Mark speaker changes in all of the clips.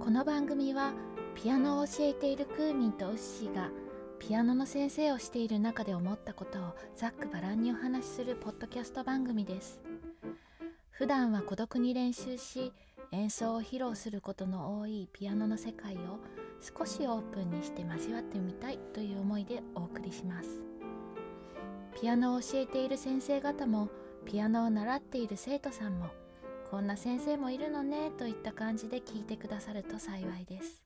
Speaker 1: この番組はピアノを教えているクーミンとウッシーがピアノの先生をしている中で思ったことをざっくばらんにお話しするポッドキャスト番組です普段は孤独に練習し演奏を披露することの多いピアノの世界を少しオープンにして交わってみたいという思いでお送りしますピアノを教えている先生方もピアノを習っている生徒さんもこんな先生もいるのねといった感じで聞いてくださると幸いです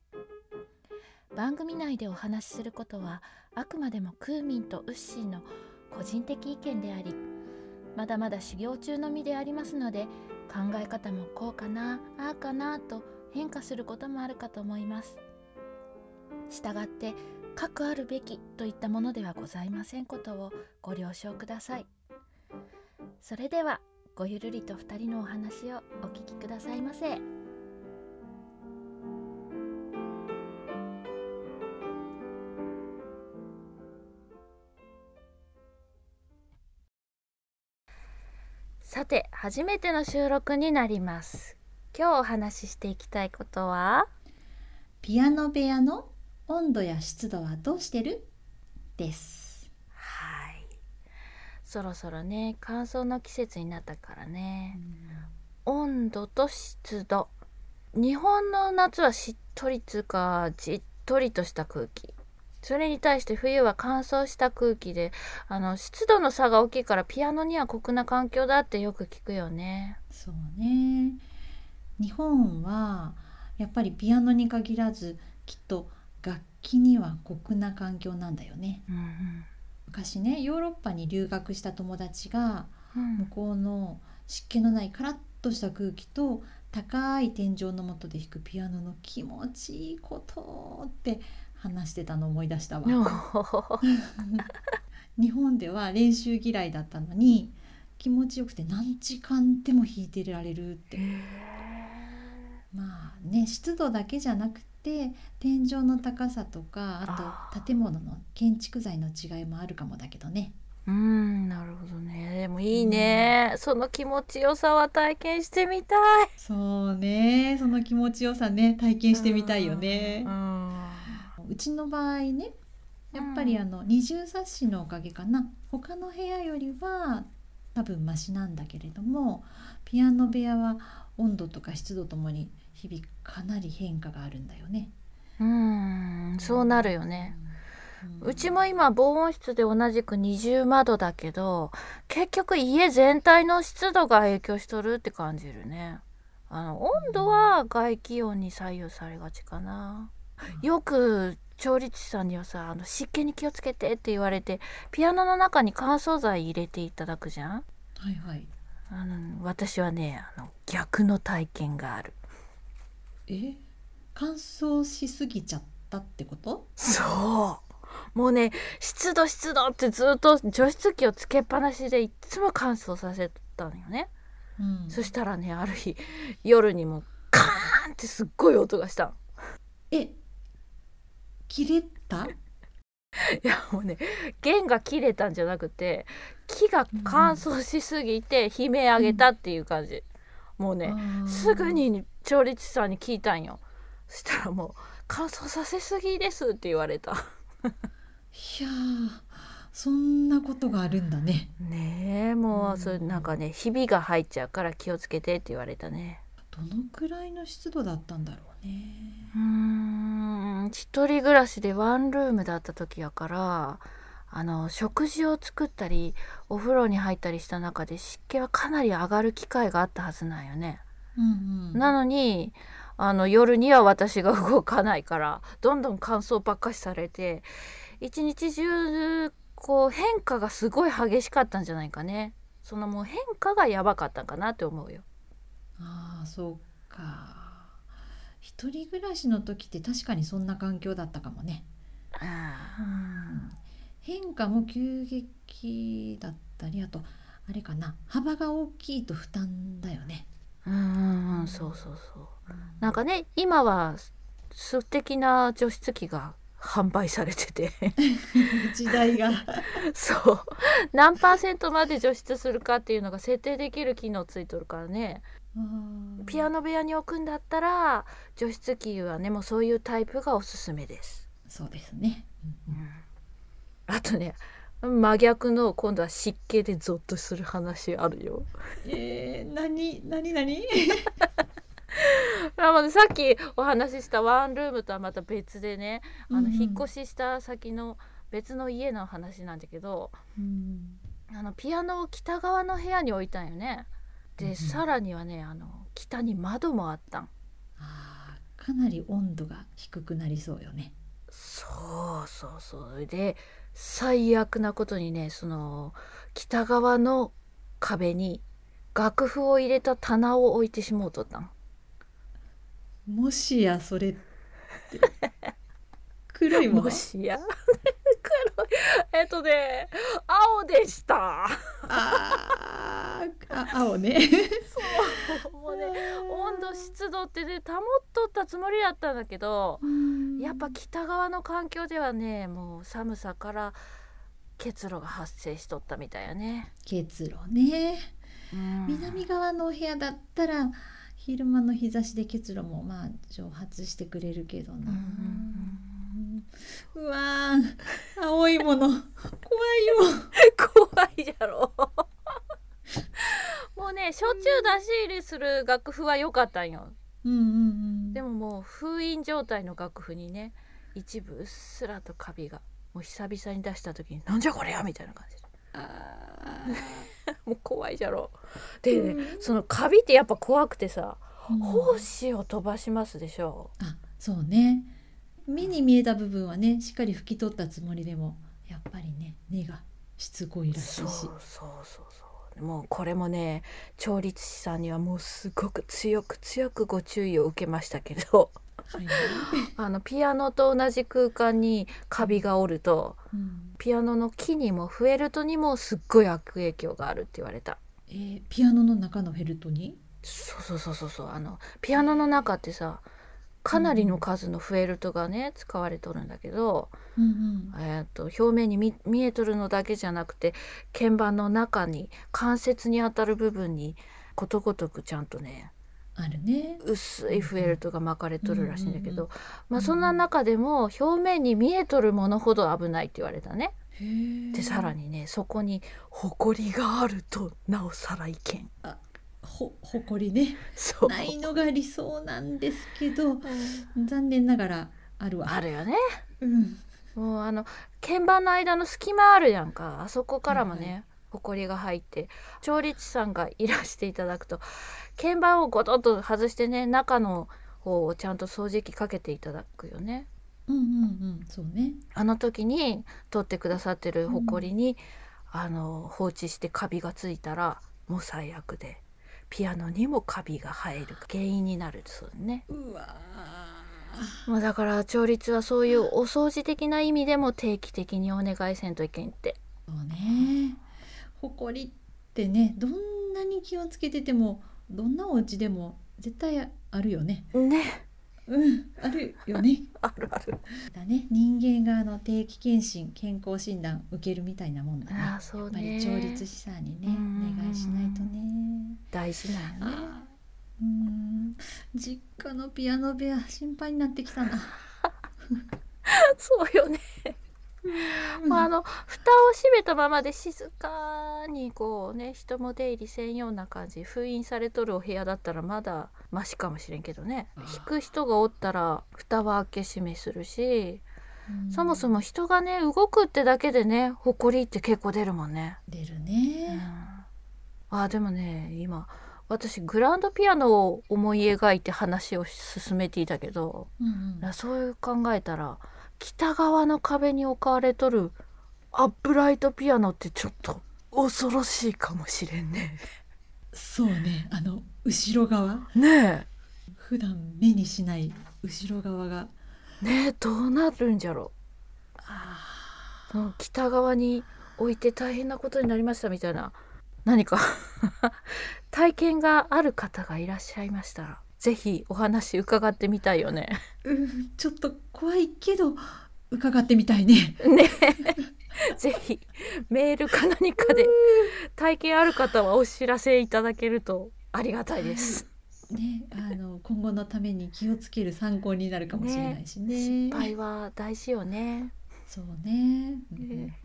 Speaker 1: 番組内でお話しすることはあくまでもクーミンとウッシーの個人的意見でありまだまだ修行中の身でありますので考え方もこうかなああかなと変化することもあるかと思います従って各あるべきといったものではございませんことをご了承くださいそれではごゆるりと2人のお話をお聞きくださいませさて初めての収録になります今日お話ししていきたいことは
Speaker 2: ピアノ部屋の温度や湿度はどうしてるです。
Speaker 1: はいそろそろね乾燥の季節になったからね、温度と湿度日本の夏はしっとりつうかじっとりとした空気それに対して冬は乾燥した空気であの湿度の差が大きいからピアノには酷な環境だってよく聞くよね
Speaker 2: そうね。日本はやっぱりピアノに限らずきっと楽器には酷な環境なんだよね。
Speaker 1: うん
Speaker 2: 昔ねヨーロッパに留学した友達が
Speaker 1: うんう
Speaker 2: 向
Speaker 1: ん
Speaker 2: こうの湿気のないカラッとした空気と高い天井の下で弾くピアノの気持ちいいことって話してたのを思い出したわ。
Speaker 1: おー
Speaker 2: 日本では練習嫌いだったのに気持ちよくて何時間でも弾いてられるってまあね湿度だけじゃなくて天井の高さとか
Speaker 1: あ
Speaker 2: あと
Speaker 1: ー
Speaker 2: 建物の建築材の違いもあるかもだけどね
Speaker 1: うんなるほどねでもいいね、その気持ちよさは体験してみたい
Speaker 2: そうねその気持ちよさね体験してみたいよね
Speaker 1: うん
Speaker 2: うちの場合ねやっぱ
Speaker 1: う
Speaker 2: り
Speaker 1: ん
Speaker 2: あの二重冊子のおかげかな他の部屋よりは多分マシなんだけれどもピアノ部屋は温度とか湿度ともに日々かなり変化があるんだよね。
Speaker 1: うんそうなるよね
Speaker 2: ん
Speaker 1: うちも今防音室で同じく二重窓だけど結局家全体の湿度が影響しとるって感じるねあの温度は外気温に左右されがちかなよく調理師さんにはさあの湿気に気をつけてって言われてピアノの中に乾燥剤入れていただくじゃん
Speaker 2: はいはい。
Speaker 1: あの私はねあの逆の体験がある
Speaker 2: え乾燥しすぎちゃったってこと？
Speaker 1: そうもうね湿度湿度ってずっと除湿機をつけっぱなしでいっつも乾燥させたのよね、
Speaker 2: うん
Speaker 1: そしたらねある日夜にもカーンってすっごい音がしたの
Speaker 2: え切れた？
Speaker 1: いやもうね弦が切れたんじゃなくて木が乾燥しすぎて悲鳴上げたっていう感じ、もうね
Speaker 2: あー
Speaker 1: すぐに調理師さんに聞いたんよそしたらもう乾燥させすぎですって言われた
Speaker 2: いやーそんなことがあるんだね。
Speaker 1: ねえも
Speaker 2: う
Speaker 1: うんそれなんかねひびが入っちゃうから気をつけてって言われたね
Speaker 2: どのくらいの湿度だったんだろうね。
Speaker 1: うーん一人暮らしでワンルームだった時やからあの食事を作ったりお風呂に入ったりした中で湿気はかなり上がる機会があったはずなんよね、
Speaker 2: うんうん、
Speaker 1: なのにあの夜には私が動かないからどんどん乾燥ばっかしされて一日中こう変化がすごい激しかったんじゃないかねそのもう変化がやばかったんかなって思うよ
Speaker 2: ああそうか一人暮らしの時って確かにそんな環境だったかもね、変化も急激だったりあとあれかな幅が大きいと負担だよね、
Speaker 1: うんうんうんそうそうそうなんかね今は素敵な除湿機が販売されてて
Speaker 2: 時代 が
Speaker 1: そう何パーセントまで除湿するかっていうのが設定できる機能ついとるからねピアノ部屋に置くんだったら除湿器はねもうそういうタイプがおすすめです、
Speaker 2: そうですね、うんうん
Speaker 1: あとね真逆の今度は湿気でゾッとする話あるよ
Speaker 2: えー、何何何
Speaker 1: あまあさっきお話ししたワンルームとはまた別でねあ
Speaker 2: うん
Speaker 1: の
Speaker 2: うん
Speaker 1: 引っ越しした先の別の家の話なんだけど、
Speaker 2: うん
Speaker 1: あのピアノを北側の部屋に置いたんよね。
Speaker 2: うんう
Speaker 1: で
Speaker 2: ん
Speaker 1: さらにはねあの北に窓もあったん。
Speaker 2: あーかなり温度が低くなりそうよね
Speaker 1: そうそうそうで最悪なことにねその北側の壁に楽譜を入れた棚を置いてしもうとったん。
Speaker 2: もしやそ れって黒いもの
Speaker 1: もしや黒いえっとね青でした。
Speaker 2: あーあ青ね
Speaker 1: そうもうね温度湿度ってね保っとったつもりだったんだけど
Speaker 2: うん
Speaker 1: やっぱ北側の環境ではねもう寒さから結露が発生しとったみたいやね、
Speaker 2: 結露ね南
Speaker 1: 南
Speaker 2: 側のお部屋だったら昼間の日差しで結露もまあ蒸発してくれるけどな、うわー青いもの怖いよ
Speaker 1: 怖いじゃろ もうねしょっちゅう出し入れする楽譜は良かったんよ
Speaker 2: うんうんうん
Speaker 1: でももう封印状態の楽譜にね一部うっすらとカビがもう久々に出した時に「なんじゃこれや!」みたいな感じで
Speaker 2: あ
Speaker 1: もう怖いじゃろ
Speaker 2: ー
Speaker 1: でね、
Speaker 2: うん
Speaker 1: そのカビってやっぱ怖くてさ
Speaker 2: うん
Speaker 1: 胞子を飛ばしますでしょ
Speaker 2: あそうね目に見えた部分はねしっかり拭き取ったつもりでもやっぱりね根がしつこいらし
Speaker 1: そう
Speaker 2: い
Speaker 1: そ
Speaker 2: し
Speaker 1: うそうそうもうこれもね調律師さんにはもうすごく強く強くご注意を受けましたけど
Speaker 2: はい、
Speaker 1: あのピアノと同じ空間にカビがおると
Speaker 2: うん
Speaker 1: ピアノの木にもフェルトにもすっごい悪影響があるって言われた
Speaker 2: えーピアノの中のフェルトに
Speaker 1: そうそうそうそうそうあのピアノの中ってさかなりの数のフェルトがね使われとるんだけど、
Speaker 2: うんうん
Speaker 1: えー、と表面に見見えとるのだけじゃなくて鍵盤の中に関節にあたる部分にことごとくちゃんとね
Speaker 2: あるね
Speaker 1: 薄いフェルトが巻かれとるらしいんだけど、
Speaker 2: うんうんうん
Speaker 1: まあ、そんな中でも表面に見えとるものほど危ないって言われたね。で
Speaker 2: で
Speaker 1: さらにねそこに埃があるとなおさらいけん。
Speaker 2: ほほこりね
Speaker 1: そう
Speaker 2: ないのが理想なんですけど残念ながらあるわ
Speaker 1: あるよね
Speaker 2: うん
Speaker 1: もうあの鍵盤の間の隙間あるやんかあそこからも
Speaker 2: はいは
Speaker 1: ね、ほこりが入って調律師さんがいらしていただくと鍵盤をゴトッと外してね中の方をちゃんと掃除機かけていただくよね
Speaker 2: うんうんうんそうね
Speaker 1: あの時に取ってくださってるほこりに、あの放置してカビがついたらもう最悪でピアノにもカビが生える原因になるそうね。
Speaker 2: うわ
Speaker 1: まあだから調律はそういうお掃除的な意味でも定期的にお願いせんといけんって。
Speaker 2: そうねほこりってねどんなに気をつけててもどんなお家でも絶対あるよね
Speaker 1: ね
Speaker 2: うんあるよね
Speaker 1: あるある。
Speaker 2: だね人間があの定期検診健康診断受けるみたいなもんだね
Speaker 1: ああそうね。
Speaker 2: やっぱり調律師さんにね
Speaker 1: う
Speaker 2: お
Speaker 1: ん
Speaker 2: 願いしないとね
Speaker 1: 大事なんよね。
Speaker 2: あーうーん実家のピアノ部屋心配になって きたな。
Speaker 1: そうよね。まああの蓋を閉めたままで静かにこうね人も出入りせんような感じ封印されとるお部屋だったらまだマシかもしれんけどね
Speaker 2: あー
Speaker 1: 弾く人がおったら蓋は開け閉めするし
Speaker 2: うん
Speaker 1: そもそも人がね動くってだけでね埃って結構出るもんね。
Speaker 2: 出る
Speaker 1: うん
Speaker 2: ね。
Speaker 1: あでもね今私グランドピアノを思い描いて話を進めていたけど
Speaker 2: うん
Speaker 1: だそういう考えたら北側の壁に置かれとるアップライトピアノってちょっと恐ろしいかもしれんね。
Speaker 2: そうねあの後ろ側
Speaker 1: ね
Speaker 2: 普段目にしない後ろ側が
Speaker 1: えねえどうなるんじゃろうその北側に置いて大変なことになりましたみたいな何か 体験がある方がいらっしゃいましたらぜひお話伺ってみたいよね。
Speaker 2: うんちょっと怖いけど伺ってみたいね。
Speaker 1: ねえ ぜひメールか何かで体験ある方はお知らせいただけるとありがたいです。
Speaker 2: ね、あの今後のために気をつける参考になるかもしれないしね。
Speaker 1: 失敗は大事よね。
Speaker 2: そうね。うんうん
Speaker 1: ね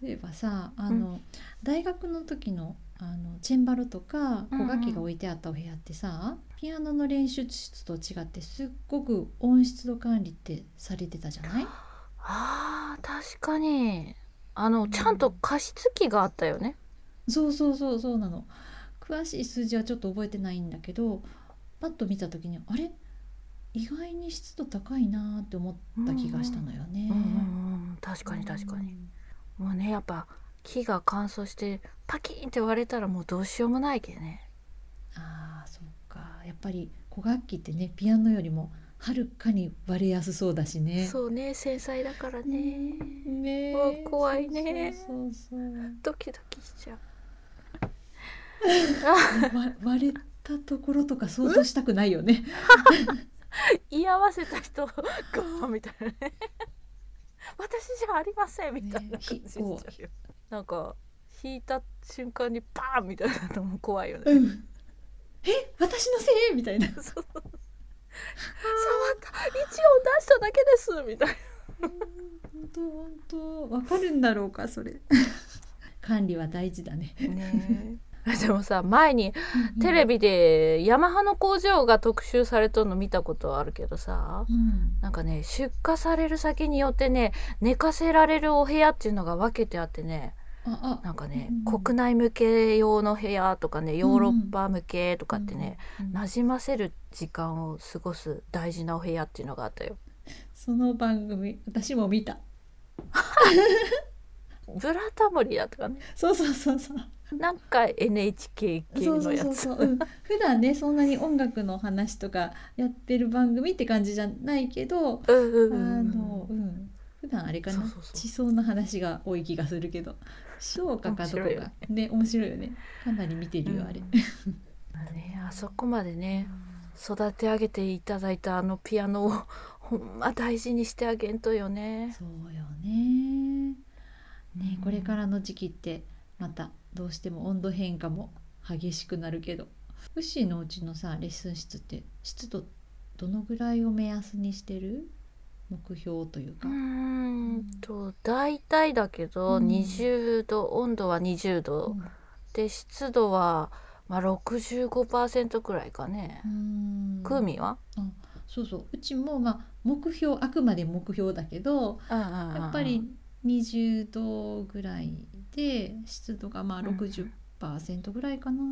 Speaker 2: そういえばさ、あの、大学の時のあのチェンバロとか
Speaker 1: うんう
Speaker 2: 小
Speaker 1: ん
Speaker 2: 楽器が置いてあったお部屋ってさ、ピアノの練習室と違ってすっごく音質の管理ってされてたじゃない？
Speaker 1: ああ確かにあのちゃんと加湿器があったよね。
Speaker 2: そうそうそうそうなの。詳しい数字はちょっと覚えてないんだけど、パッと見た時にあれ意外に湿度高いなーって思った気がしたのよね。
Speaker 1: うんうんうん確かに確かに。もうねやっぱ木が乾燥してパキーンって割れたらもうどうしようもないけどね。
Speaker 2: ああそうかやっぱり古楽器ってねピアノよりもはるかに割れやすそうだしね。
Speaker 1: そうね繊細だからね。
Speaker 2: ねえ
Speaker 1: うわ怖いね
Speaker 2: そうそうそう
Speaker 1: ドキドキしちゃう。
Speaker 2: そうわ 割れたところとか想像したくないよね。
Speaker 1: 居合わせた人がみたいなね私じゃありませんみたいな
Speaker 2: ね
Speaker 1: 感じにしちゃう
Speaker 2: こ
Speaker 1: よ、なんか引いた瞬間にパーンみたいなのも怖いよね、
Speaker 2: うん。え私のせいみた いな。
Speaker 1: そう触った一音出しただけですみたいな
Speaker 2: 本当本当わかるんだろうかそれ。管理は大事だね。
Speaker 1: ねえでもさ前に テレビでヤマハの工場が特集されとるの見たことあるけどさ
Speaker 2: うん。
Speaker 1: なんかね出荷される先によってね寝かせられるお部屋っていうのが分けてあってね
Speaker 2: あ
Speaker 1: なんかね、
Speaker 2: うん
Speaker 1: 国内向け用の部屋とかねヨーロッパ向けと
Speaker 2: あ
Speaker 1: かってね、。
Speaker 2: うん
Speaker 1: 馴染ませる時間を過ごす大事なお部屋っていうのがあったよ。
Speaker 2: その番組私も見た。
Speaker 1: ブラタモリだとかね
Speaker 2: そうそうそうそう。
Speaker 1: なんか NHK 系
Speaker 2: そう
Speaker 1: の
Speaker 2: そう
Speaker 1: や
Speaker 2: そう
Speaker 1: つ
Speaker 2: そう、うん、普段ねそんなに音楽の話とかやってる番組って感じじゃないけど、
Speaker 1: うんうん
Speaker 2: あ
Speaker 1: うん
Speaker 2: のうん普段あれかな
Speaker 1: そうそうそう
Speaker 2: 地層の話が多い気がするけどどうかかどこ
Speaker 1: 面白いよ
Speaker 2: かね面白いよねかなり見てるよ、
Speaker 1: うん
Speaker 2: あれ
Speaker 1: ねあそこまでね育て上げていただいたあのピアノを ほんま大事にしてあげんとよね。
Speaker 2: そうよねねこれからの時期ってまたどうしても温度変化も激しくなるけどウッシーのうちのさレッスン室って湿度どのぐらいを目安にしてる目標という
Speaker 1: う
Speaker 2: か、
Speaker 1: ーんと大体だけど、
Speaker 2: うん
Speaker 1: 20度温度は20度。
Speaker 2: うん
Speaker 1: で湿度は、まあ、65%くらいかね
Speaker 2: う、ん
Speaker 1: クーミンは、
Speaker 2: そうそううちもまあ目標あくまで目標だけど
Speaker 1: うんうんうんうん
Speaker 2: やっぱり20度ぐらいで湿度がまあ
Speaker 1: うん
Speaker 2: 60%ぐらいかな、
Speaker 1: う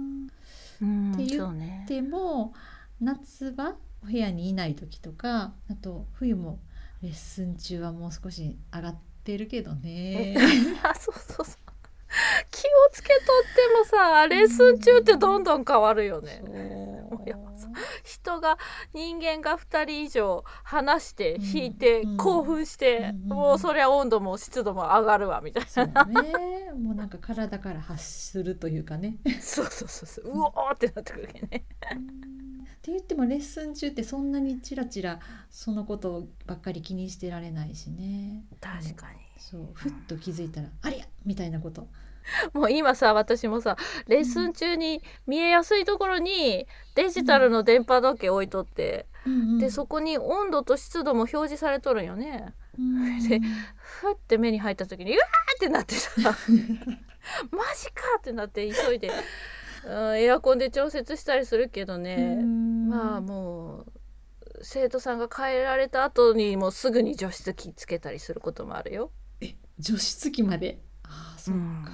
Speaker 1: ん
Speaker 2: っていう
Speaker 1: そうね
Speaker 2: でも夏場お部屋にいない時とかあと冬もレッスン中はもう少し上がってるけどね
Speaker 1: あそうそうそう気をつけとってもさレッスン中ってどんどん変わるよね
Speaker 2: そう
Speaker 1: いや人が人間が2人以上話して
Speaker 2: うん
Speaker 1: 弾いて、
Speaker 2: うん
Speaker 1: 興奮して、
Speaker 2: うんうん
Speaker 1: もうそりゃ温度も湿度も上がるわみたい
Speaker 2: そうねもうなんか体から発するというかね
Speaker 1: なそうそうそうそううおーってなってくるけどね
Speaker 2: って言ってもレッスン中ってそんなにチラチラそのことばっかり気にしてられないしね
Speaker 1: 確かに
Speaker 2: そうふっと気づいたら「ありゃ!」みたいなこと
Speaker 1: もう今さ私もさレッスン中に見えやすいところにデジタルの電波時計置いとって、でそこに温度と湿度も表示されとるんよね。
Speaker 2: うん
Speaker 1: でふって目に入った時にうわーってなってさ マジかってなって急いで、うん、エアコンで調節したりするけどね、まあもう生徒さんが帰られた後にもうすぐに除湿機つけたりすることもあるよ。
Speaker 2: 除湿機までああそっか、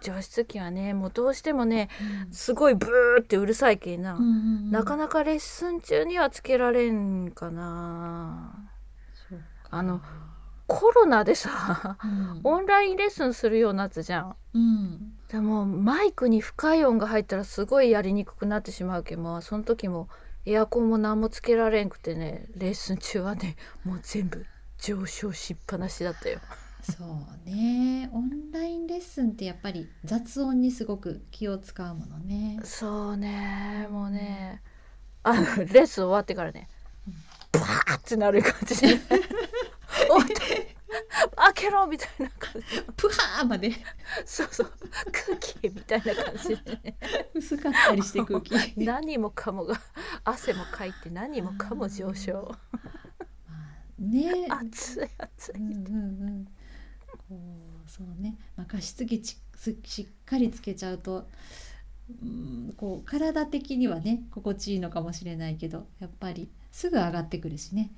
Speaker 1: 除湿機はねもうどうしてもね
Speaker 2: うん
Speaker 1: すごいブーってうるさいけいな。
Speaker 2: うん
Speaker 1: なかなかレッスン中にはつけられんかな
Speaker 2: そうか
Speaker 1: あのコロナでさ
Speaker 2: うん
Speaker 1: オンラインレッスンするようになったじゃん
Speaker 2: うん
Speaker 1: でもマイクに深い音が入ったらすごいやりにくくなってしまうけどまあその時もエアコンも何もつけられんくてねレッスン中はねもう全部上昇しっぱなしだったよ
Speaker 2: そうねオンラインレッスンってやっぱり雑音にすごく気を使うものね
Speaker 1: そうねもうねあのレッスン終わってからねバーってなる感じで、ね、おい開けろみたいな感じ
Speaker 2: プハーまで
Speaker 1: そうそう空気みたいな感じでね
Speaker 2: 薄かったりして空気ま
Speaker 1: 何もかもが汗もかいて何もかも上昇
Speaker 2: あね
Speaker 1: 暑い暑い
Speaker 2: うんうんうんこうそうね、まあ、加湿器ちししっかりつけちゃうと、うん、こう体的にはね心地いいのかもしれないけどやっぱりすぐ上がってくるしね、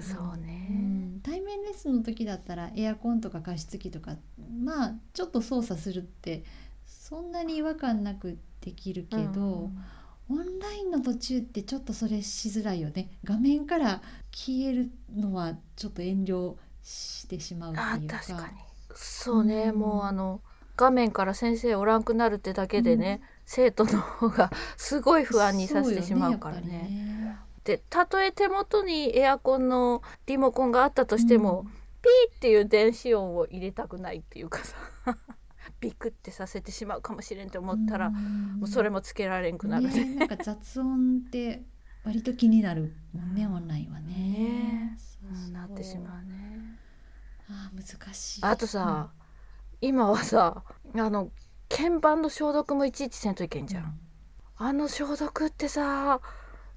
Speaker 1: そうね、
Speaker 2: うん、対面レッスンの時だったらエアコンとか加湿器とかまあちょっと操作するってそんなに違和感なくできるけど、オンラインの途中ってちょっとそれしづらいよね画面から消えるのはちょっと遠慮してしまうって
Speaker 1: あ
Speaker 2: いうか
Speaker 1: 確かにそうね、
Speaker 2: うん
Speaker 1: もうあの画面から先生おらんくなるってだけでね、生徒の方がすごい不安にさせてしまうからね
Speaker 2: そよやっ
Speaker 1: でたとえ手元にエアコンのリモコンがあったと
Speaker 2: ぱり
Speaker 1: し
Speaker 2: ね
Speaker 1: ても、ピーっていう電子音を入れたくないっていうかさ ビクってさせてしまうかもしれんって思ったら、
Speaker 2: うん
Speaker 1: も
Speaker 2: うん
Speaker 1: うそれもつけられんくなるね
Speaker 2: ねなんか雑音って割と気になるもんねオンラインはね
Speaker 1: ね
Speaker 2: そうそ
Speaker 1: んなってしまうね
Speaker 2: あー難しい
Speaker 1: あとさ、今はさあの鍵盤の消毒もいちいちせんといけんじゃん、あの消毒ってさ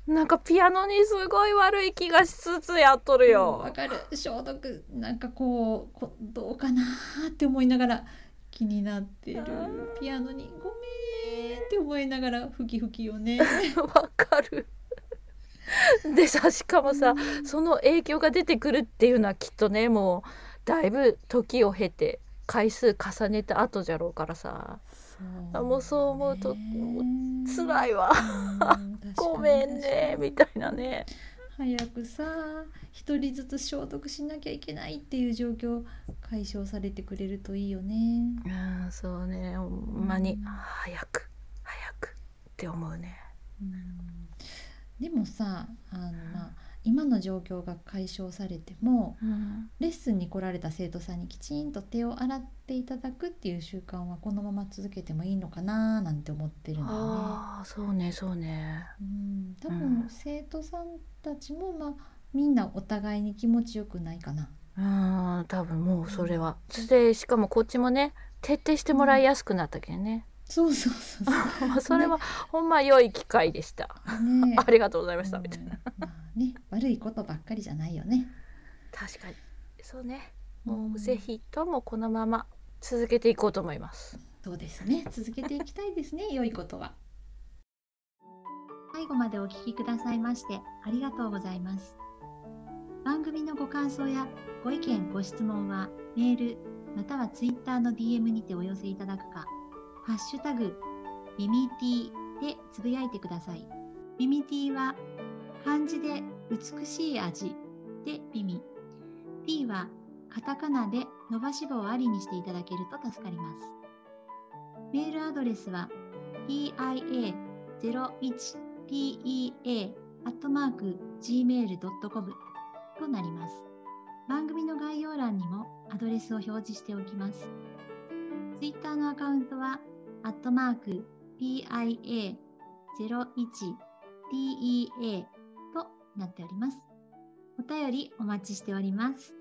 Speaker 1: なんかピアノにすごい悪い気がしつつやっとる
Speaker 2: うん
Speaker 1: よ
Speaker 2: わ、かる消毒なんかこうこどうかなーって思いながら気になってる
Speaker 1: あー
Speaker 2: ピアノにごめんって思いながらふきふきよね
Speaker 1: わかるでさしかもさ、その影響が出てくるっていうのはきっとねもうだいぶ時を経て回数重ねた後じゃろうからさあもうそう思うとも
Speaker 2: う
Speaker 1: 辛
Speaker 2: い
Speaker 1: いわご
Speaker 2: ご
Speaker 1: めんねみたいなね
Speaker 2: 早くさ一人ずつ消毒しなきゃいけないっていう状況解消されてくれるといいよね。
Speaker 1: うんそうねほんまに早く早くって思うね
Speaker 2: うんでもさあの、まあ、今の状況が解消されても
Speaker 1: うん
Speaker 2: レッスンに来られた生徒さんにきちんと手を洗っていただくっていう習慣はこのまま続けてもいいのかななんて思ってるんだよね。
Speaker 1: ああそうねそうね
Speaker 2: うん、多
Speaker 1: う
Speaker 2: 分
Speaker 1: ん
Speaker 2: 生徒さんたちも、まあ、みんなお互いに気持ちよくないかな。
Speaker 1: うん多分もうそれはそしてしかもこっちもね徹底してもらいやすくなったけどね、
Speaker 2: そうそうそうそう
Speaker 1: まあそれはほんま良い機会でした、
Speaker 2: ね
Speaker 1: ありがとうございましたみたいな
Speaker 2: うんまあね、悪いことばっかりじゃないよね。
Speaker 1: 確かにそうねもうぜひともこのまま続けていこうと思います
Speaker 2: そうですね。続けていきたいです ね。良いことは。最後までお聞きくださいましてありがとうございます。番組のご感想やご意見ご質問はメールまたはツイッターの DM にてお寄せいただくか、ハッシュタグミミティでつぶやいてください。ミミティは漢字で美しい味でミミ、T はカタカナで伸ばし棒をありにしていただけると助かります。メールアドレスは pia01pea.gmail.com となります。番組の概要欄にもアドレスを表示しておきます。Twitter のアカウントは、アットマーク pia01dea となっております。お便りお待ちしております。